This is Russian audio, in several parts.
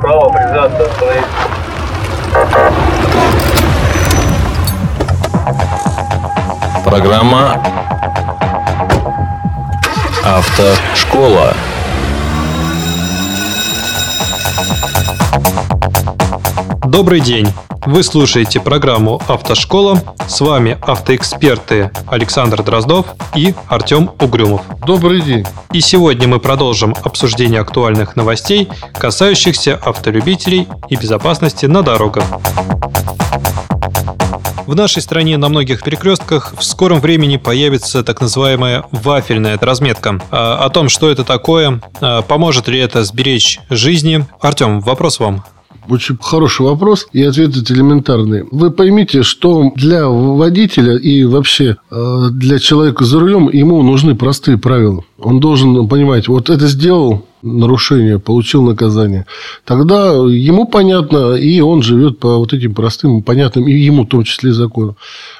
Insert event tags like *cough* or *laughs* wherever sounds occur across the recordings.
Право признаться, остановить. Программа «Автошкола». Добрый день! Вы слушаете программу «Автошкола». С вами автоэксперты Александр Дроздов и Артем Угрюмов. Добрый день. И сегодня мы продолжим обсуждение актуальных новостей, касающихся автолюбителей и безопасности на дорогах. В нашей стране на многих перекрестках в скором времени появится так называемая вафельная разметка. А, О том, что это такое, а, поможет ли это сберечь жизни. Артем, вопрос вам. Очень хороший вопрос, и ответ это элементарный. Вы поймите, что для водителя и вообще э, для человека за рулем ему нужны простые правила. Он должен понимать, вот это сделал нарушение, получил наказание. Тогда ему понятно, и он живет по вот этим простым, понятным, и ему в том числе законам.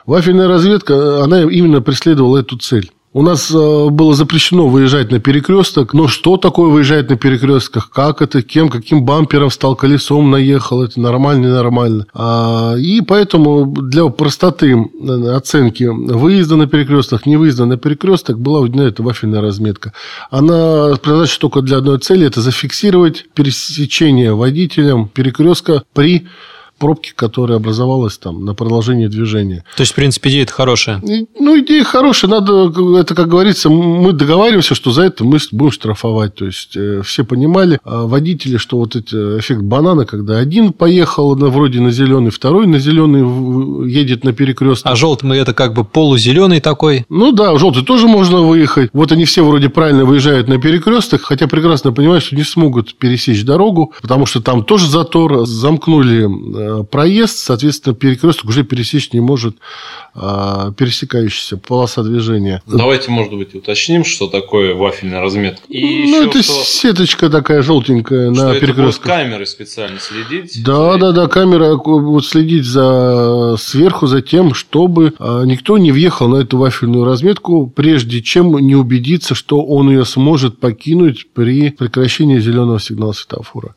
Вафельная разведка, она именно преследовала эту цель. У нас э, было запрещено выезжать на перекресток. Но что такое выезжать на перекрестках? Как это? Кем? Каким бампером стал? Колесом наехал? Это нормально, ненормально. А, и поэтому для простоты э, оценки выезда на перекрестках, не выезда на перекресток была введена эта вафельная разметка. Она предназначена только для одной цели. Это зафиксировать пересечение водителем перекрестка при пробке, которая образовалась там на продолжении движения. То есть, в принципе, идея это хорошая. И, Ну, идея хорошая, надо, как- это, как говорится, мы договариваемся, что за это мы с- будем штрафовать. То есть, э, все понимали, а, водители, что вот эти, э, эффект банана, когда один поехал на, вроде на зеленый, второй на зеленый в- едет на перекресток. А желтый это как бы полузеленый такой. Ну да, в желтый тоже можно выехать. Вот они все вроде правильно выезжают на перекресток, хотя прекрасно понимают, что не смогут пересечь дорогу, потому что там тоже затор, замкнули э, проезд, соответственно, перекресток уже пересечь не может э, пересекающаяся полоса движения. Давайте, может быть, уточним, что такое вафельная разметка. И ну, еще это что, сеточка такая желтенькая что на это будет перекрестках. камеры специально следить. Да, И да, да, камера э, будет следить за э, сверху за тем, чтобы э, никто не въехал на эту вафельную разметку, прежде чем не убедиться, что он ее сможет покинуть при прекращении зеленого сигнала светофора.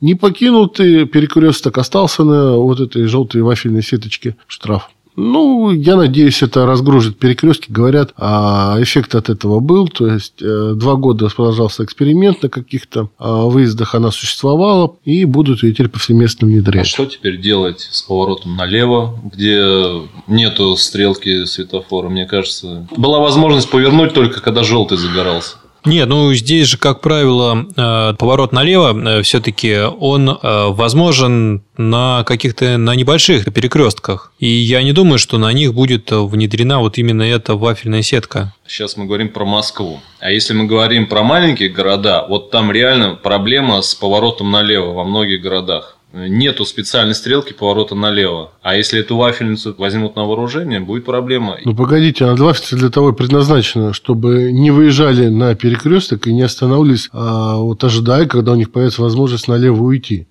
Не покинул ты перекресток, остался на вот этой желтой вафельной сеточке штраф. Ну, я надеюсь, это разгрузит перекрестки, говорят, а эффект от этого был. То есть, э, два года продолжался эксперимент на каких-то а, выездах, она существовала, и будут ее теперь повсеместно А внедрять. что теперь делать с поворотом налево, где нету стрелки светофора, мне кажется. Была возможность повернуть только когда желтый загорался. Не, ну здесь же, как правило, э, поворот налево все-таки он э, возможен на каких-то на небольших перекрестках. И я не думаю, что на них будет э, внедрена вот именно эта вафельная сетка. Сейчас мы говорим про Москву. А если мы говорим про маленькие города, вот там реально проблема с поворотом налево во многих городах. Нету специальной стрелки поворота налево. А если эту вафельницу возьмут на вооружение, будет проблема. Ну, погодите, она для того и предназначена, чтобы не выезжали на перекресток и не останавливались, а вот ожидая, когда у них появится возможность налево уйти.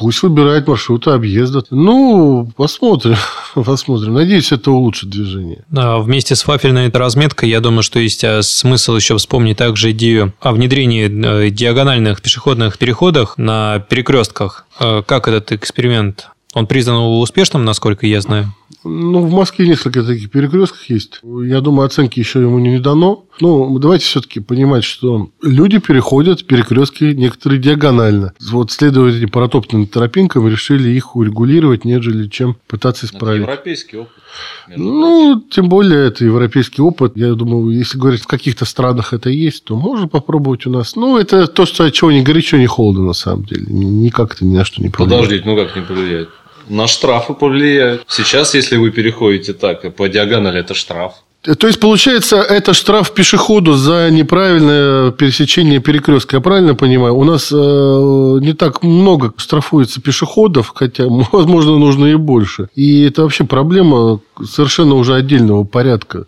Пусть выбирают маршруты объезда. Ну, посмотрим, *laughs* посмотрим. Надеюсь, это улучшит движение. А, Вместе с вафельной разметкой, я думаю, что есть а, смысл еще вспомнить также идею о внедрении э, диагональных пешеходных переходах на перекрестках. Э, Как этот эксперимент? Он признан успешным, насколько я знаю. Ну, в Москве несколько таких перекрестков есть. Я думаю, оценки еще ему не дано. Ну, давайте все-таки понимать, что люди переходят перекрестки некоторые диагонально. Вот следуя этим протоптанным тропинкам, решили их урегулировать, нежели чем пытаться Это исправить. европейский опыт. между прочим. Ну, тем более, это европейский опыт. Я думаю, если говорить, в каких-то странах это есть, то можно попробовать у нас. Ну, это то, что от чего ни горячо, ни холодно, на самом деле. Ни- Никак это ни на что не повлияет. Подождите, ну как не повлияет? На штрафы повлияют. Сейчас, если вы переходите так, по диагонали это штраф. То есть, получается, это штраф пешеходу за неправильное пересечение перекрестка. Я правильно понимаю? У нас э, не так много штрафуется пешеходов, хотя, *laughs* возможно, нужно и больше. И это вообще проблема совершенно уже отдельного порядка.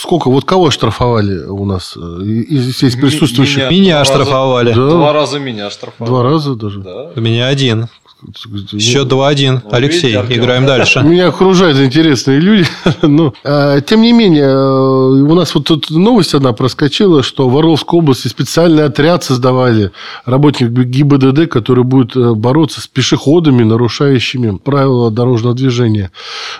Сколько, вот кого штрафовали у нас э, из, из Ми- меня присутствующих? Меня два раза- оштрафовали. Да. Два раза меня штрафовали. Два раза даже. Да. У меня один. Счет 2-1. Ну, Алексей, видите, Артём. играем *laughs* дальше. Меня окружают интересные люди. *laughs* Но, а, тем не менее, э, у нас вот тут новость одна проскочила, что в Воровской области специальный отряд создавали работник ГИБДД, который будет э, бороться с пешеходами, нарушающими правила дорожного движения.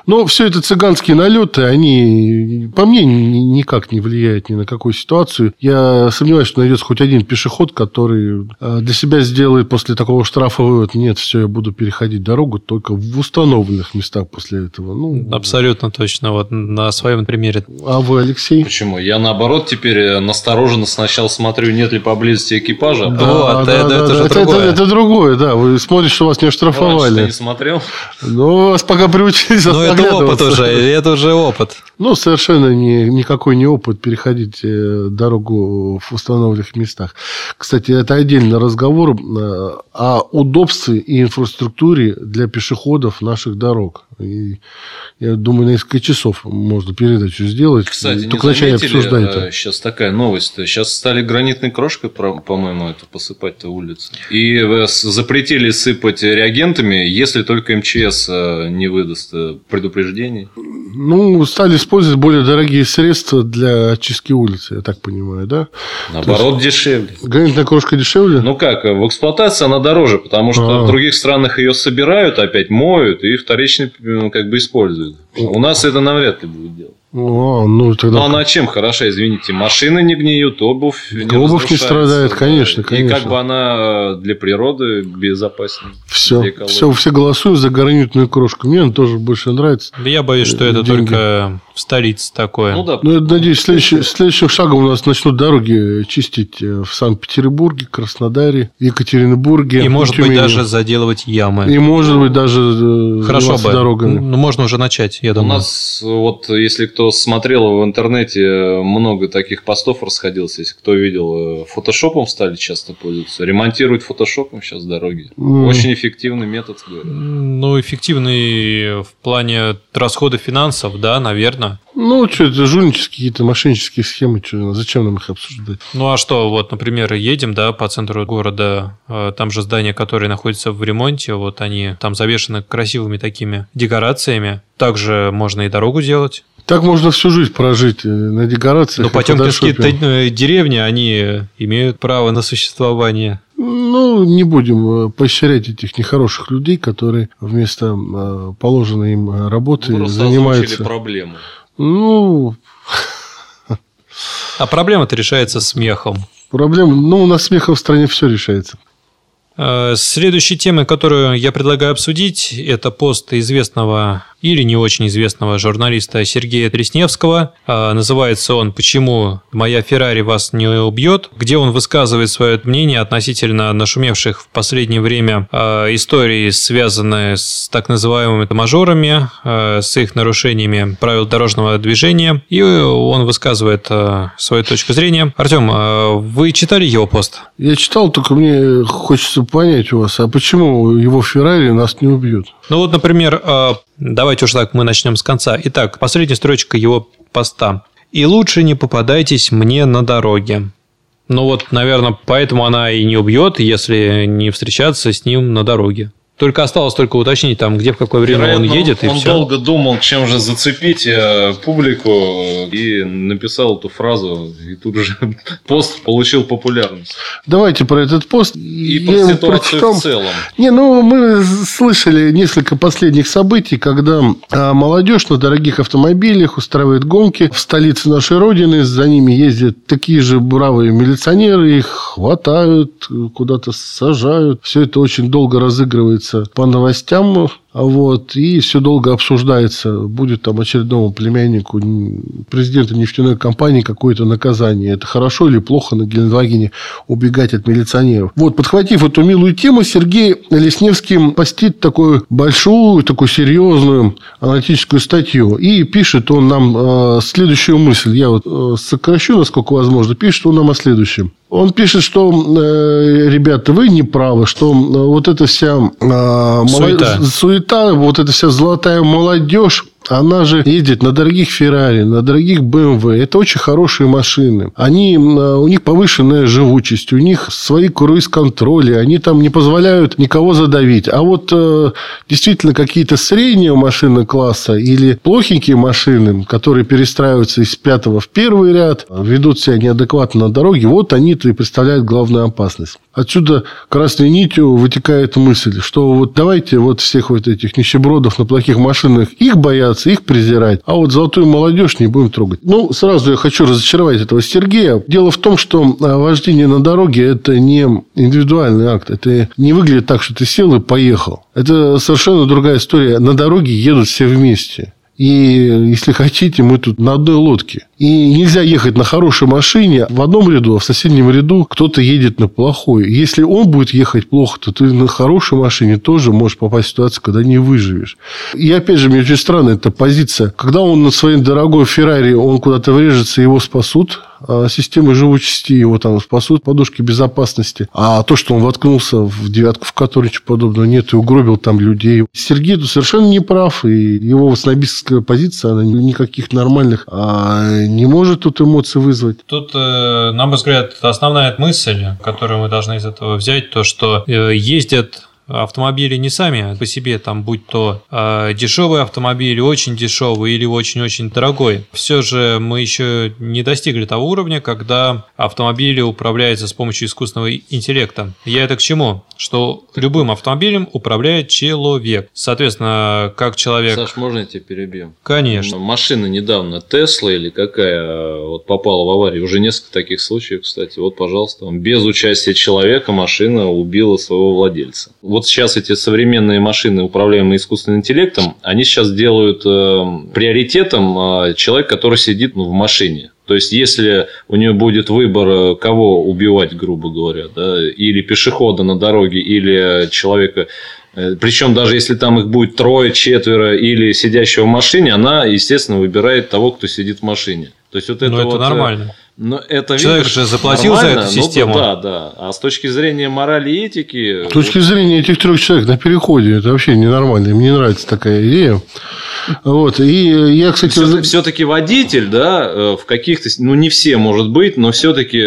Но все это цыганские налеты, они, по мне, ни- никак не влияют ни на какую ситуацию. Я сомневаюсь, что найдется хоть один пешеход, который э, для себя сделает после такого штрафа вывод, нет, все, я буду переходить дорогу только в установленных местах после этого. Ну, Абсолютно точно. Вот на своем примере. а вы, Алексей? Почему? Я наоборот теперь э, настороженно сначала смотрю, нет ли поблизости экипажа. а потом Вот, это- это же это, другое. это другое, да. Вы смотрите, что вас не раньше ты оштрафовали. не смотрел. Но вас пока приучили Ну, это опыт оглядываться. уже. Это уже опыт. Ну, совершенно не, никакой не опыт переходить э, дорогу в установленных местах. Кстати, это отдельный разговор э, о удобстве и инфраструктуре для пешеходов наших дорог. И я думаю, на несколько часов можно передачу сделать. Кстати, Только не вначале заметили, э, обсуждай это. сейчас такая новость. Сейчас стали гранитной крошкой, про- по-моему, это посыпать-то улицы. И э, с- запретили сыпать реагентами, если только МЧС э, не выдаст э, предупреждений. Ну, стали использовать более дорогие средства для очистки улицы, я так понимаю, да? Наоборот, дешевле. Гранитная крошка дешевле? Ну как, э, в эксплуатации она дороже, потому что А. в других странах ее собирают, опять моют и вторично э, как бы используют. Ну, У нас это навряд ли будут делать. А, ну, тогда... Ну, а она чем хороша, извините? Машины не гниют, обувь не Обувь не разрушается, страдает, да. конечно, И конечно. как бы она э, для природы безопаснее. для Все, экологии. все, все голосуют за гранитную крошку. Мне она тоже больше нравится. Да Я боюсь, что это Деньги. только в столице такое. Ну да, Ну, я надеюсь, следующий- следующим шагом у нас начнут дороги чистить э, в Санкт-Петербурге, Краснодаре, Екатеринбурге. И, может быть, Тюмени. даже заделывать ямы. И, может быть, даже э, Хорошо заниматься бы. дорогами. Ну, можно уже начать, я у думаю. нас э, вот, если кто смотрел в интернете, э, много таких постов расходилось. Если кто видел, э, фотошопом стали часто пользоваться. Ремонтируют фотошопом сейчас дороги. М. Очень эффективный метод. говорят. Ну, эффективный в плане расхода финансов, да, наверное. Ну, что это, жульнические какие-то мошеннические схемы, чё, зачем нам их обсуждать? Ну, а что, вот, например, едем, да, по центру города, э, там же здания, которые находятся в ремонте, вот они там завешены красивыми такими декорациями. Также можно и дорогу делать. Так можно всю жизнь прожить э, на Но декорациях. и потемкинские фотошопе. т- э, деревни, они имеют право на существование. Ну, не будем э, поощрять этих нехороших людей, которые вместо э, положенной им э, Вы работы Ну, просто занимаются... озвучили проблему. Ну, А проблема-то решается смехом. проблем... Ну, у нас смехом в стране все решается. Э, Следующей темой, которую я предлагаю обсудить, это пост известного или не очень известного журналиста Сергея Тресневского. Э, Называется он «Почему моя Феррари вас не убьет?», где он высказывает свое мнение относительно нашумевших в последнее время э, историй, связанных с так называемыми мажорами, э, с их нарушениями правил дорожного движения. И он высказывает э, свою точку зрения. Артем, э, вы читали его пост? Я читал, только мне хочется понять у вас, а почему его Феррари нас не убьют? Ну вот, например, э, давайте уж так мы начнем с конца. Итак, последняя строчка его поста. «И лучше не попадайтесь мне на дороге». Ну вот, наверное, поэтому она и не убьет, если не встречаться с ним на дороге. Только осталось только уточнить, там, где, в какое время он Вероятно, едет, и он все. долго думал, чем же зацепить э, публику, э, и написал эту фразу, и тут же *laughs* пост получил популярность. Давайте про этот пост. И я про его ситуацию прочитал. в целом. Не, ну мы слышали несколько последних событий, когда а, молодежь на дорогих автомобилях устраивает гонки в столице нашей родины. За ними ездят такие же бравые милиционеры, их хватают, куда-то сажают. Все это очень долго разыгрывается по новостям. а Вот, и все долго обсуждается, будет там очередному племяннику м, президента нефтяной компании какое-то наказание. Это хорошо или плохо на Гелендвагене убегать от милиционеров. Вот, подхватив эту милую тему, Сергей Лесневский постит такую большую, такую серьезную аналитическую статью. И пишет он нам э, следующую мысль. Я вот э, сокращу, насколько возможно. Пишет он нам о следующем. Он пишет, что, э, ребята, вы не правы, что э, вот эта вся э, моло- Суета. суета, вот эта вся золотая молодежь, Она же ездит на дорогих Феррари, на дорогих BMW. Это очень хорошие машины. Они, э, у них повышенная живучесть, у них свои круиз-контроли, они там не позволяют никого задавить. А вот э, действительно какие-то средние машины класса или плохенькие машины, которые перестраиваются из пятого в первый ряд, ведут себя неадекватно на дороге, вот они-то и представляют главную опасность. Отсюда красной нитью вытекает мысль, что вот давайте вот всех вот этих нищебродов на плохих машинах, их бояться, их презирать, а вот золотую молодежь не будем трогать. Ну, сразу я хочу разочаровать этого Сергея. Дело в том, что а, вождение на дороге – это не индивидуальный акт. Это не выглядит так, что ты сел и поехал. Это совершенно другая история. На дороге едут все вместе. И если хотите, мы тут на одной лодке. И нельзя ехать на хорошей машине в одном ряду, а в соседнем ряду кто-то едет на плохой. Если он будет ехать плохо, то ты на хорошей машине тоже можешь попасть в ситуацию, когда не выживешь. И опять же, мне очень странна эта позиция. Когда он на своей дорогой Феррари, он куда-то врежется, его спасут, а системы живучести его там спасут, подушки безопасности. А то, что он воткнулся в девятку, в которой ничего подобного нет, и угробил там людей. Сергей тут совершенно не прав, и его снобистская позиция, она никаких нормальных а, не может тут эмоций вызвать. Тут, э, на мой взгляд, основная мысль, которую мы должны из этого взять, то, что э, ездят автомобили не сами по себе, там будь то э, дешевый автомобиль, очень дешевый или очень-очень дорогой. Все же мы еще не достигли того уровня, когда автомобили управляются с помощью искусственного интеллекта. Я это к чему? Что любым автомобилем управляет человек. Соответственно, как человек... Саш, можно я тебя перебью? Конечно. Машина недавно, Тесла или какая, э, вот попала в аварию. Уже несколько таких случаев, кстати. Вот, пожалуйста, вам. без участия человека машина убила своего владельца. Вот сейчас эти современные машины, управляемые искусственным интеллектом, они сейчас делают э, приоритетом э, человек, который сидит ну, в машине. То есть, если у нее будет выбор, э, кого убивать, грубо говоря, да, или пешехода на дороге, или человека, э, причем даже если там их будет трое, четверо, или сидящего в машине, она, естественно, выбирает того, кто сидит в машине. То есть, вот Но Ну, это вот, э, нормально. но это, Человек видишь, же заплатил за нормально, эту ну, систему. да, да. А с точки зрения морали и этики... ну, С точки зрения этих трех человек на переходе, это вообще ненормально. Мне нравится такая идея. Вот. И э, я, кстати... раз- Все-таки водитель, да, э, в каких-то, с- ну не все, может быть, но все-таки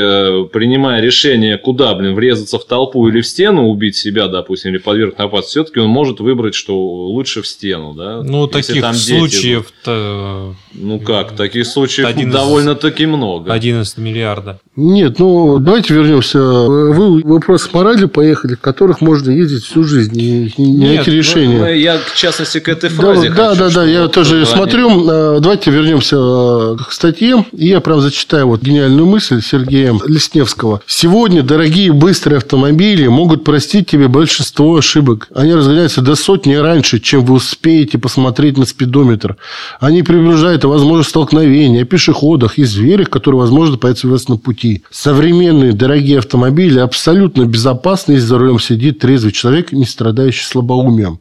принимая решение, куда, блин, врезаться в толпу или в стену, убить себя, допустим, или подвергнуть напасть, все-таки он может выбрать, что лучше в стену, да. Ну, Если таких там дети, случаев то ну как, таких случаев Один из- довольно-таки много. 11 миллиарда. Нет, ну давайте вернемся. Вы вопрос с моралью поехали, в которых можно ездить всю жизнь и не- не Нет, найти Ну, решения. ну, Я, в частности, к этой Да, фразе да, хочу, да, да, чтобы я вот тоже они- смотрю. Э, Давайте вернемся э, к статье. И я прям зачитаю вот гениальную мысль Сергея Лесневского. Сегодня дорогие быстрые автомобили могут простить тебе большинство ошибок. Они разгоняются до сотни раньше, чем вы успеете посмотреть на спидометр. Они приближают возможность столкновения, о пешеходах и зверях, которые, возможно, появятся у вас на пути. Современные дорогие автомобили абсолютно безопасны, если за рулем сидит трезвый человек, не страдающий слабоумием.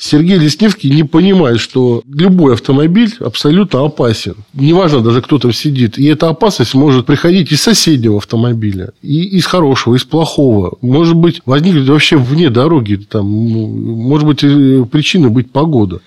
Сергей Лесневский не понимает, что любой автомобиль абсолютно опасен. Неважно даже, кто там сидит. И эта опасность может приходить из соседнего автомобиля, и из хорошего, из плохого. Может быть, возникнет вообще вне дороги. Там, м, может быть, э, причина быть погода.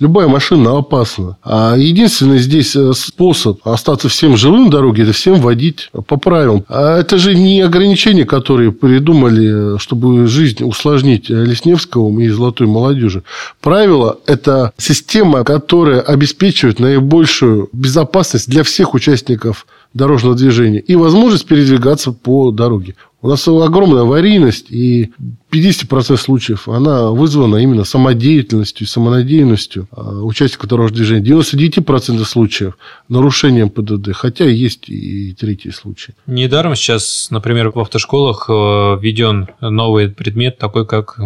Любая машина опасна. А единственный здесь э, способ остаться всем живым на дороге, это всем водить по правилам. А это же не ограничения, которые придумали, э, чтобы жизнь усложнить э, Лесневскому и золотой молодежи. Правила – это система, которая обеспечивает наибольшую безопасность для всех участников дорожного движения и возможность передвигаться по дороге. У нас огромная аварийность, и 50% случаев она вызвана именно самодеятельностью и самонадеянностью а, участников дорожного движения. 99% случаев нарушением ПДД, хотя есть и третий случай. Недаром сейчас, например, в автошколах э, введен новый предмет, такой как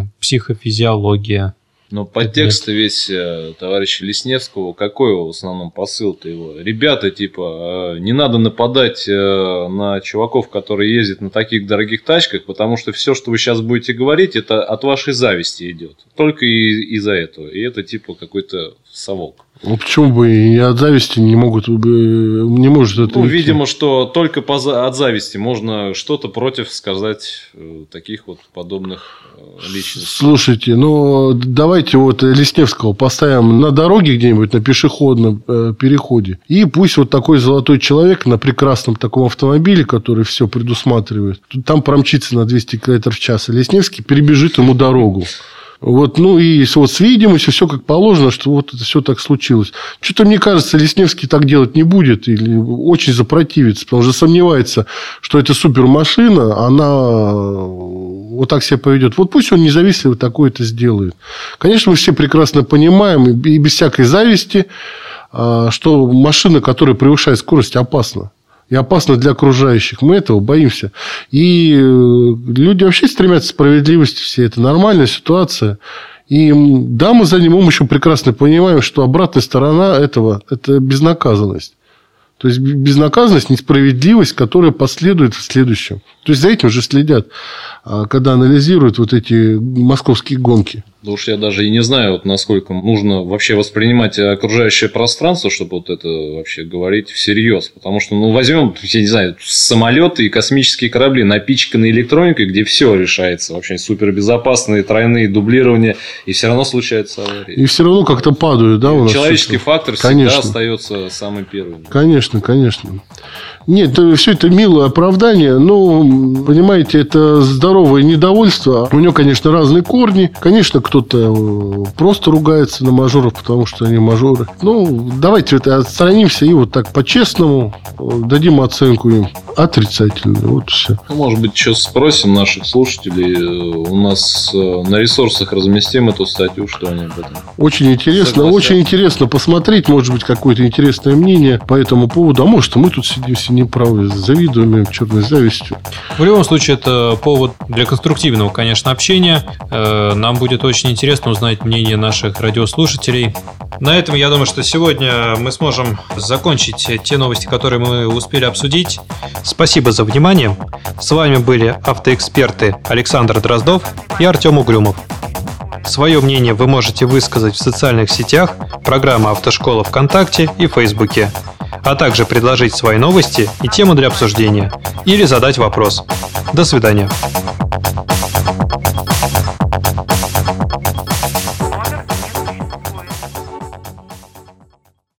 психофизиология. Но подтекст весь э, товарища Лесневского, какой в основном посыл-то его? Ребята, типа, э, не надо нападать э, на чуваков, которые ездят на таких дорогих тачках, потому что все, что вы сейчас будете говорить, это от вашей зависти идет. Только и- из-за этого. И это типа какой-то совок. Ну, почему бы и от зависти не могут, э, не может это Ну, идти? видимо, что только по за- от зависти можно что-то против сказать э, таких вот подобных э, личностей. Слушайте, ну давайте вот Лесневского поставим на дороге где-нибудь, на пешеходном э, переходе. И пусть вот такой золотой человек на прекрасном таком автомобиле, который все предусматривает, там промчится на 200 км в час, а Лесневский перебежит ему дорогу. Вот, ну и с- вот с видимостью все как положено, что вот это все так случилось. Что-то мне кажется, Лесневский так делать не будет или очень запротивится, потому что сомневается, что эта супермашина, она э, вот так себя поведет. Вот пусть он независимо такое это сделает. Конечно, мы все прекрасно понимаем и и без всякой зависти, а, что машина, которая превышает скорость, опасна и опасно для окружающих. Мы этого боимся. И э, люди вообще стремятся к справедливости все. Это нормальная ситуация. И м, да, мы за ним мы еще прекрасно понимаем, что обратная сторона этого – это безнаказанность. То есть, б- безнаказанность, несправедливость, которая последует в следующем. То есть, за этим же следят, а, когда анализируют вот эти московские гонки. Да уж я даже и не знаю, вот насколько нужно вообще воспринимать окружающее пространство, чтобы вот это вообще говорить всерьез. Потому что, ну, возьмем, я не знаю, самолеты и космические корабли, напичканные электроникой, где все решается. Вообще супербезопасные тройные дублирования, и все равно случаются аварии. И все равно как-то падают, да, у нас Человеческий всё-таки? фактор всегда Конечно. остается самым первым. Конечно, конечно. Нет, все это милое оправдание, но, м, понимаете, это здоровое недовольство. У него, конечно, разные корни. Конечно, кто-то э, просто ругается на мажоров, потому что они мажоры. Ну, давайте это отстранимся и вот так по-честному э, дадим оценку им отрицательную. Вот все. Ну, может быть, еще спросим наших слушателей. Э, У нас э, на ресурсах разместим эту статью, что они об этом. Очень интересно, Согласен. очень интересно посмотреть, может быть, какое-то интересное мнение по этому поводу. А может, и мы тут сидим все неправы, завидуем им черной завистью. В любом случае, это повод для конструктивного, конечно, общения. Э, Нам будет очень интересно узнать мнение наших радиослушателей. На этом, я думаю, что сегодня мы сможем закончить те новости, которые мы успели обсудить. Спасибо за внимание. С вами были автоэксперты Александр Дроздов и Артем Угрюмов. Свое мнение вы можете высказать в социальных сетях, программа «Автошкола» ВКонтакте и Фейсбуке, а также предложить свои новости и темы для обсуждения или задать вопрос. До свидания.